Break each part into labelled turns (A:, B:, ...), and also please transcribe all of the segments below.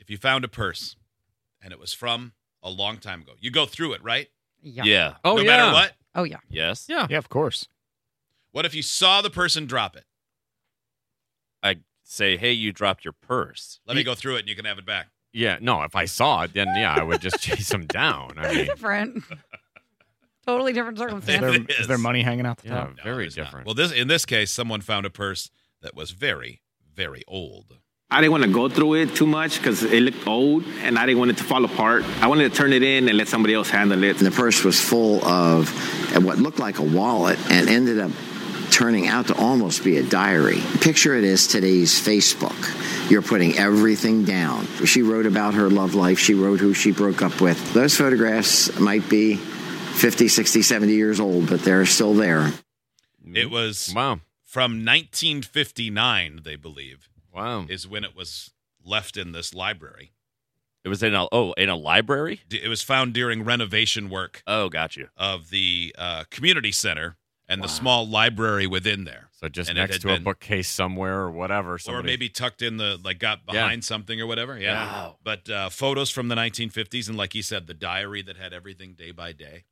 A: If you found a purse and it was from a long time ago, you go through it, right?
B: Yeah.
C: Yeah.
D: Oh
A: no
D: yeah.
A: matter what.
B: Oh yeah.
C: Yes.
D: Yeah.
E: Yeah, of course.
A: What if you saw the person drop it?
C: I say, hey, you dropped your purse.
A: Let me go through it and you can have it back.
D: Yeah. No, if I saw it, then yeah, I would just chase him down. I mean,
B: Different. totally different
E: Is
A: Yeah,
B: circumstance.
E: there,
A: it
E: is there
A: is.
E: money hanging out the
D: yeah,
E: top?
A: No,
D: very
A: there's not.
D: different.
A: Well, this in this case, someone found a purse that was very, very old.
F: I didn't want to go through it too much because it looked old and I didn't want it to fall apart. I wanted to turn it in and let somebody else handle it.
G: The purse was full of uh, what looked like a wallet and ended up turning out to almost be a diary. Picture it as today's Facebook. You're putting everything down. She wrote about her love life, she wrote who she broke up with. Those photographs might be 50, 60, 70 years old, but they're still there.
A: It was
D: Mm-hmm. wow.
A: from 1959, they believe,
D: Wow.
A: is when it was left in this library.
C: It was in a oh in a library.
A: D- It was found during renovation work
C: Oh, got you.
A: of the uh, community center and the small library within there.
D: So just
A: And it
D: next
A: had
D: to a
A: been-
D: bookcase somewhere or whatever.
A: or
D: somebody-
A: maybe tucked in the like got
D: Yeah.
A: behind something or whatever. Yeah.
C: Wow.
A: But uh, photos from the 1950s and like he said, the diary that had everything day by day.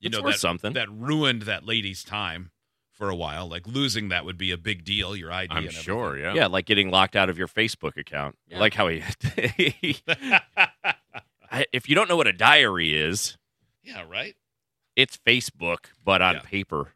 A: You
C: It's
A: know
C: worth
A: that
C: something.
A: that ruined that lady's time for a while. Like losing that would be a big deal. Your ID.
D: I'm
A: and
D: sure. Yeah.
C: Yeah. like getting locked out of your Facebook account. I Like how he, I, if you don't know what a diary is,
A: everything. Yeah. Right.
C: it's Facebook but on
A: Yeah.
C: paper.